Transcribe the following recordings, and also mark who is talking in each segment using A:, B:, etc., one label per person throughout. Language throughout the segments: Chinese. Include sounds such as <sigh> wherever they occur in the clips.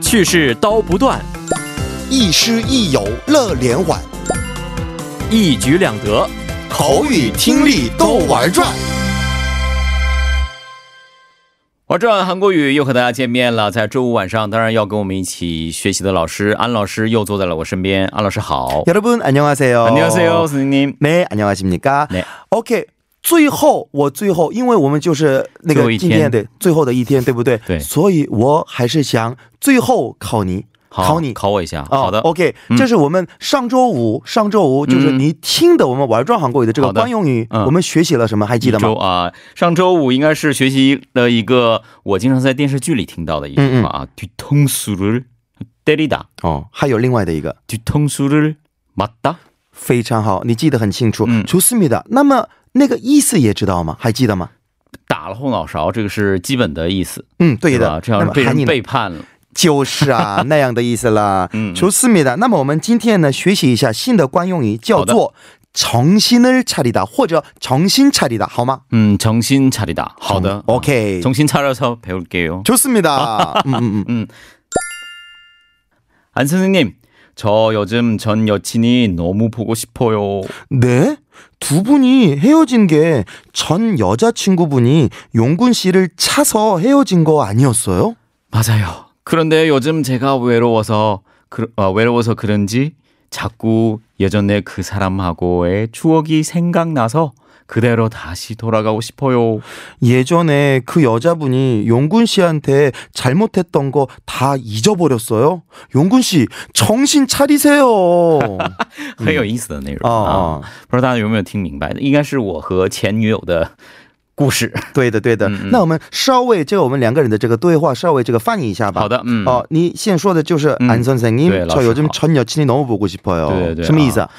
A: 去世刀不断，
B: 亦师亦友乐连环，
A: 一举两得。
B: 口语听力都玩转。
C: 玩转韩国语又和大家见面了，在周五晚上，当然要跟我们一起学习的老师安老师又坐在了我身边。安老师好，
B: 여러분 안녕하세요.
C: 안녕하세요，선생님。
B: 네, 안녕하십니까?
C: 네.
B: OK. 最后，我最后，因为我们就是那
C: 最后
B: 个
C: 一
B: 今
C: 天
B: 天的最后的一天，对不对？
C: 对
B: 所以我还是想最后考你，
C: 好
B: 考你。
C: 考我一下。
B: 哦
C: 好的，嗯
B: ，OK，、这是我们上周五，上周五就是你听的我们玩转韩国语的这个
C: 好的
B: 惯用语，
C: 嗯
B: 我们学习了什么？还记
C: 一
B: 得吗
C: 周？啊，上周五应该是学习了一个我经常在电视剧里听到的一
B: 嗯
C: 句话啊，뒤통수를때리다，
B: 哦，还有另外的一个
C: 뒤통수를맞다。
B: 非常好，你记得很清楚。
C: 嗯
B: 除思密达，那么那个意思也知道吗？还记得吗？
C: 打了后脑勺，这个是基本的意思，
B: 嗯，对
C: 吧？
B: 的。
C: 这要
B: 那
C: 是
B: 么
C: 被
B: 喊你
C: 人
B: 呢
C: 背叛了，
B: 就是
C: <laughs>
B: 啊，那样的意思啦。
C: 嗯
B: 좋습니다。那么我们今天呢，学习一下新的惯用语，叫做“정신을차리다”或者“정신차리다”，好吗？
C: 嗯，정신차리다。好的
B: 嗯，OK，
C: 정신차려서배울게요。
B: 좋습니다。
C: <laughs>
B: 嗯 음， 嗯嗯，
C: 안 선생님, 저 요즘 전 여친이 너무 보고 싶어요.
B: 네두분이헤어진게 전 여자친구분이 용군 씨를 차서 헤어진 거 아니었어요?
C: 맞아요. 그런데 요즘 제가 외로워서 그, 아, 외로워서 그런지 자꾸 예전에 그 사람하고의 추억이 생각나서 그대로 다시 돌아가고 싶어요.
B: 예전에 그 여자분이 용군 씨한테 잘못했던 거 다 잊어버렸어요. 용군 씨 정신
C: <laughs>
B: 차리세요. 어,
C: 很有意思的内容、啊！
B: 哦，
C: 不知道大家有没有听明白？应该是我和前女友的故事。
B: 对的，对的。
C: 음,
B: 那我们稍微这个我们两个人的这个对话稍微这个翻译一下吧。
C: 好的，嗯，
B: 哦，你先说的就是
C: 음. 嗯
B: 安선생님
C: 对，老
B: 저
C: 师
B: 요즘
C: 好
B: 전 여친이 너무 보고 싶어요。
C: 对对对
B: 什么意思啊？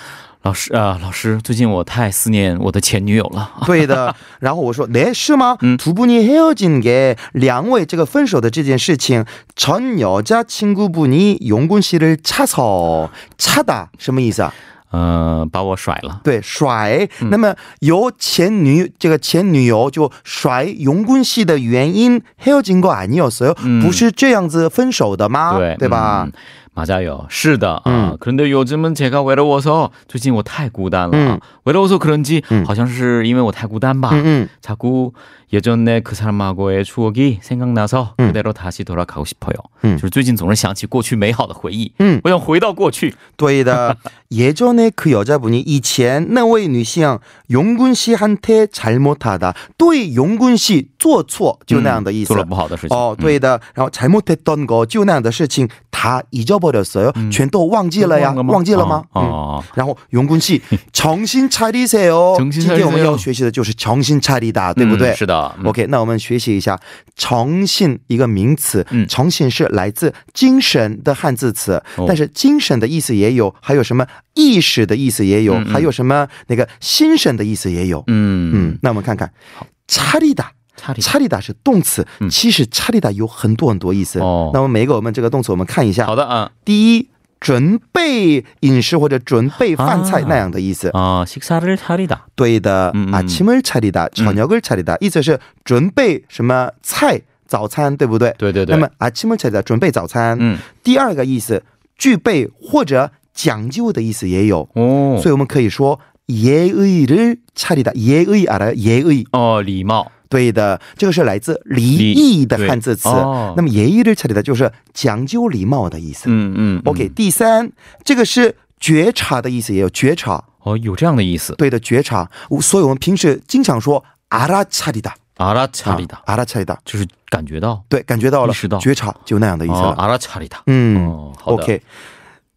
C: 老师啊、老师，最近我太思念我的前女友了。
B: 对的。然后我说，네시마두분이헤어진게两位这个分手的这件事情，전여자친구분이용군씨를차서차다什么意思啊？
C: 呃，把我甩了。
B: 对，甩。那么由前女这个前女友就甩용군系的原因헤어진거아니었어요？不是这样子分手的吗？
C: 对，
B: 啊对吧？嗯
C: 嗯맞아요. 是的啊.
B: 음.
C: 그런데 요즘은 제가 외로워서 最近我太孤单了.
B: 음.
C: 외로워서 그런지
B: 음.
C: 好像是因为我太孤单吧.
B: 嗯
C: 자꾸 예전에 그 사람하고의 추억이 생각나서
B: 음.
C: 그대로 다시 돌아가고 싶어요.
B: 음.
C: 就是最近总是想起过去美好的回忆.
B: 嗯嗯，
C: 我想回到过去.
B: 对的。 <laughs> 예전에그여자분이以前那位女性용군씨한테잘못하다对용군씨做错就那
C: 음,
B: 样的意思。
C: 做了不好的事情.
B: 哦，对的，然后 어, 잘못했던거就那样的事情，他잊어버렸어요，全
C: 음.
B: 都忘记了呀，
C: 어,
B: 忘记了吗？嗯
C: 哦，
B: 然后永
C: <laughs>
B: 坤系 정신차리세요。
C: 정신
B: 今天我们
C: 차리세요 음,
B: 要学习的就是정신차리다，对不对？
C: 是的
B: OK，那我们学习一下“诚信”一个名词，
C: 嗯
B: 诚信是来自“精神”的汉字词，
C: 哦
B: 但是“精神”的意思也有，还有什么“意识”的意思也
C: 嗯
B: 有，还有什么那个“心神”的意思也有。嗯，那我们看看“차리다”。
C: 嗯，차리.
B: 차리다是动词，
C: 嗯
B: 其实차리다有很多很多意思。
C: 哦
B: 那么每一个我们这个动词，我们看一下。
C: 好的啊。
B: 第一，准备饮食或者准备饭菜
C: 啊
B: 那样的意思。
C: 아, 식사를 차리다.
B: 对的，啊
C: 嗯嗯嗯
B: 아침을차리다저녁을차리다意思是准备什么菜，早餐，对不对？
C: 对对对。
B: 那么啊아침을차리다准备早餐。
C: 嗯，
B: 第二个意思，具备或者讲究的意思也有，
C: 哦，
B: 所以我们可以说예의를차리다，예의알아요예의。
C: 哦，礼貌。
B: 对的，这个是来自礼仪的汉字词。
C: 礼对哦
B: 那么예의를차리다就是讲究礼貌的意思。
C: 嗯嗯嗯
B: OK，第三，这个是觉察的意思，也有觉察，
C: 哦，有这样的意思。
B: 对的，觉察。我所以我们平时经常说阿拉查里达，啊
C: 阿拉查里达
B: 阿拉查里达，
C: 就是感觉到，
B: 对，感觉到了，
C: 意识到
B: 觉察就那样的意思
C: 哦
B: 了。
C: 阿拉查里达。
B: 嗯、
C: 哦，好的。
B: ，OK。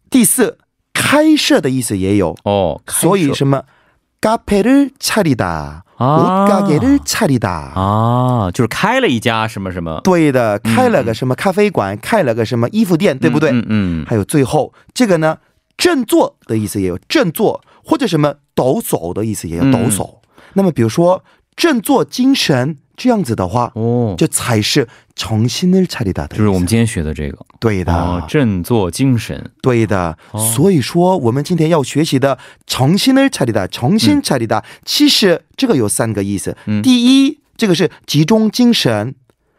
B: 第四，开设的意思也有，
C: 哦，开
B: 所以
C: 车
B: 什么咖啡를차리다，옷
C: 啊
B: 가게를차리다。
C: 啊，就是开了一家什么什么，
B: 对的，开了个什么咖啡馆，开了个什么衣服店，对不对？
C: 嗯嗯，
B: 还有最后这个呢，振作的意思也有振作，或者什么抖擞的意思也有
C: 嗯
B: 抖擞。那么比如说振作精神这样子的话，
C: 哦，
B: 这才是重新的차리다的意思。
C: 就是我们今天学的这个
B: 对的、
C: 哦，振作精神。
B: 对的、
C: 哦
B: 所以说我们今天要学习的重新的차리다，重新차리다，其实这个有三个意思。
C: 嗯
B: 第一，这个是集中精神。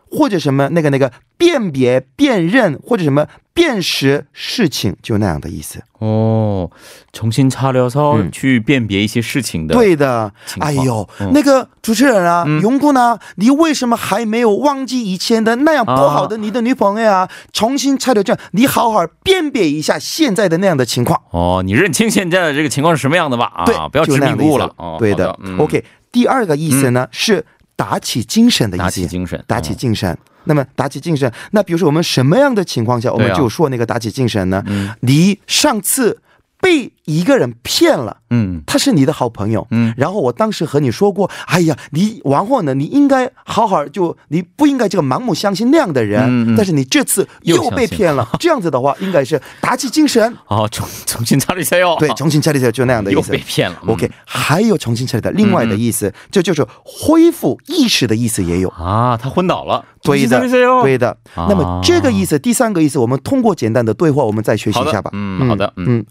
B: 或者什么那个那个辨别、辨认或者什么辨识事情，就那样的意思。
C: 어, 정신 차려서
B: 음.
C: 去辨别一些事情的。
B: 嗯对的，
C: 情况
B: 哎呦，
C: 嗯
B: 那个主持人啊，
C: 嗯
B: 永固呢，你为什么还没有忘记以前的那样不好的你的女朋友啊？
C: 嗯
B: 重新拆掉这样，你好好辨别一下现在的那样的情况。
C: 哦，你认清现在的这个情况是什么样的吧？
B: 对，
C: 啊，不要
B: 就
C: 执
B: 那
C: 迷不
B: 样的意思
C: 悟
B: 了
C: 了。哦，
B: 对
C: 好
B: 的
C: 的、嗯
B: OK，第二个意思呢、是打起精神的意思。
C: 打起精神，嗯
B: 打起精神。那么打起精神，那比如说我们什么样的情况
C: 啊
B: 下，我们就说那个打起精神呢？
C: 嗯
B: 你上次被一个人骗了。
C: 嗯，
B: 他是你的好朋友，
C: 嗯
B: 然后我当时和你说过，哎呀，你往后呢，你应该好好就，你不应该这个盲目相信那样的人，
C: 嗯嗯
B: 但是你这次
C: 又
B: 又被
C: 相信
B: 骗了，这样子的话，应该是打起精神，
C: 好，重重新查理세요。
B: 对，重新차리세요，就那样的意
C: 又
B: 思
C: 被。骗了。嗯嗯
B: OK，还有重新차리다，另外的意思，这就是恢复意识的意思也有。
C: 啊，他昏倒了。
B: 对的
C: 정신 차리세요 ，
B: 对的。
C: 啊
B: 那么这个意思，第三个意思，我们通过简单的对话，我们再学习
C: 好
B: 一下
C: 的
B: 吧，。
C: 嗯，好的，嗯，
B: 음.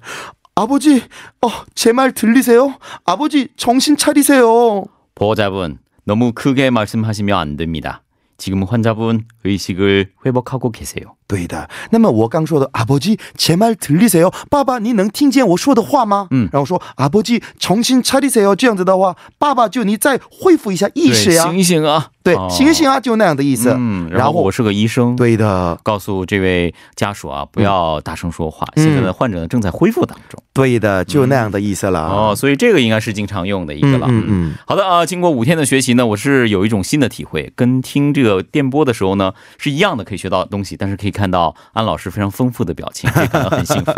B: 아버지, 어, 哦 제 말 들리세요? 아버지, 정신 차리세요.
C: 보호자분, 너무 크게 말씀하시면 안 됩니다. 지금 환자분 의식을 회복하고 계세요.
B: 对的.那么我刚说的 아버지, 제 말 들리세요? 빠바, 你能听见我说的话吗?
C: 음.
B: 然后说 아버지, 정신 차리세요. 哦这样子的话, 빠바, 就你再恢复一下意识呀.
C: 醒醒啊！
B: 对,
C: 哦
B: 醒醒啊,就那样的意思.
C: 嗯，然后
B: 然后-
C: 我是个医生，，
B: 对的,嗯
C: 告诉这位家属啊，不要大声说话。现在的患者呢正在恢复当中。
B: 对的,就那样的意思了.
C: 哦，所以这个应该是经常用的一个了。
B: 啊嗯嗯嗯
C: 好的啊、经过五天的学习呢，我是有一种新的体会，跟听这个电波的时候呢是一样的，可以学到东西，但是可以看到安老师非常丰富的表情，可以感到很
B: <laughs>
C: 幸福。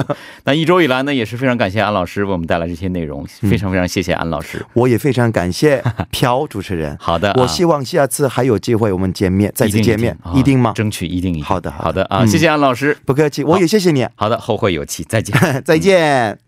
C: 那一周以来呢，也是非常感谢安老师为我们带来这些内容，非常非常谢谢安老师。
B: 我也非常感谢朴主持人。
C: 好 <laughs> 的、啊，
B: 我希望下次还有机会我们见面，再
C: 一
B: 次
C: 定
B: 见面，
C: 一
B: 一定吗
C: 啊？争取一定一定。
B: 好的好
C: 好
B: 的
C: 的啊、谢谢安老师。
B: <laughs> 不客气，我也谢谢你，
C: 好的，后会有期，再见。
B: 再见。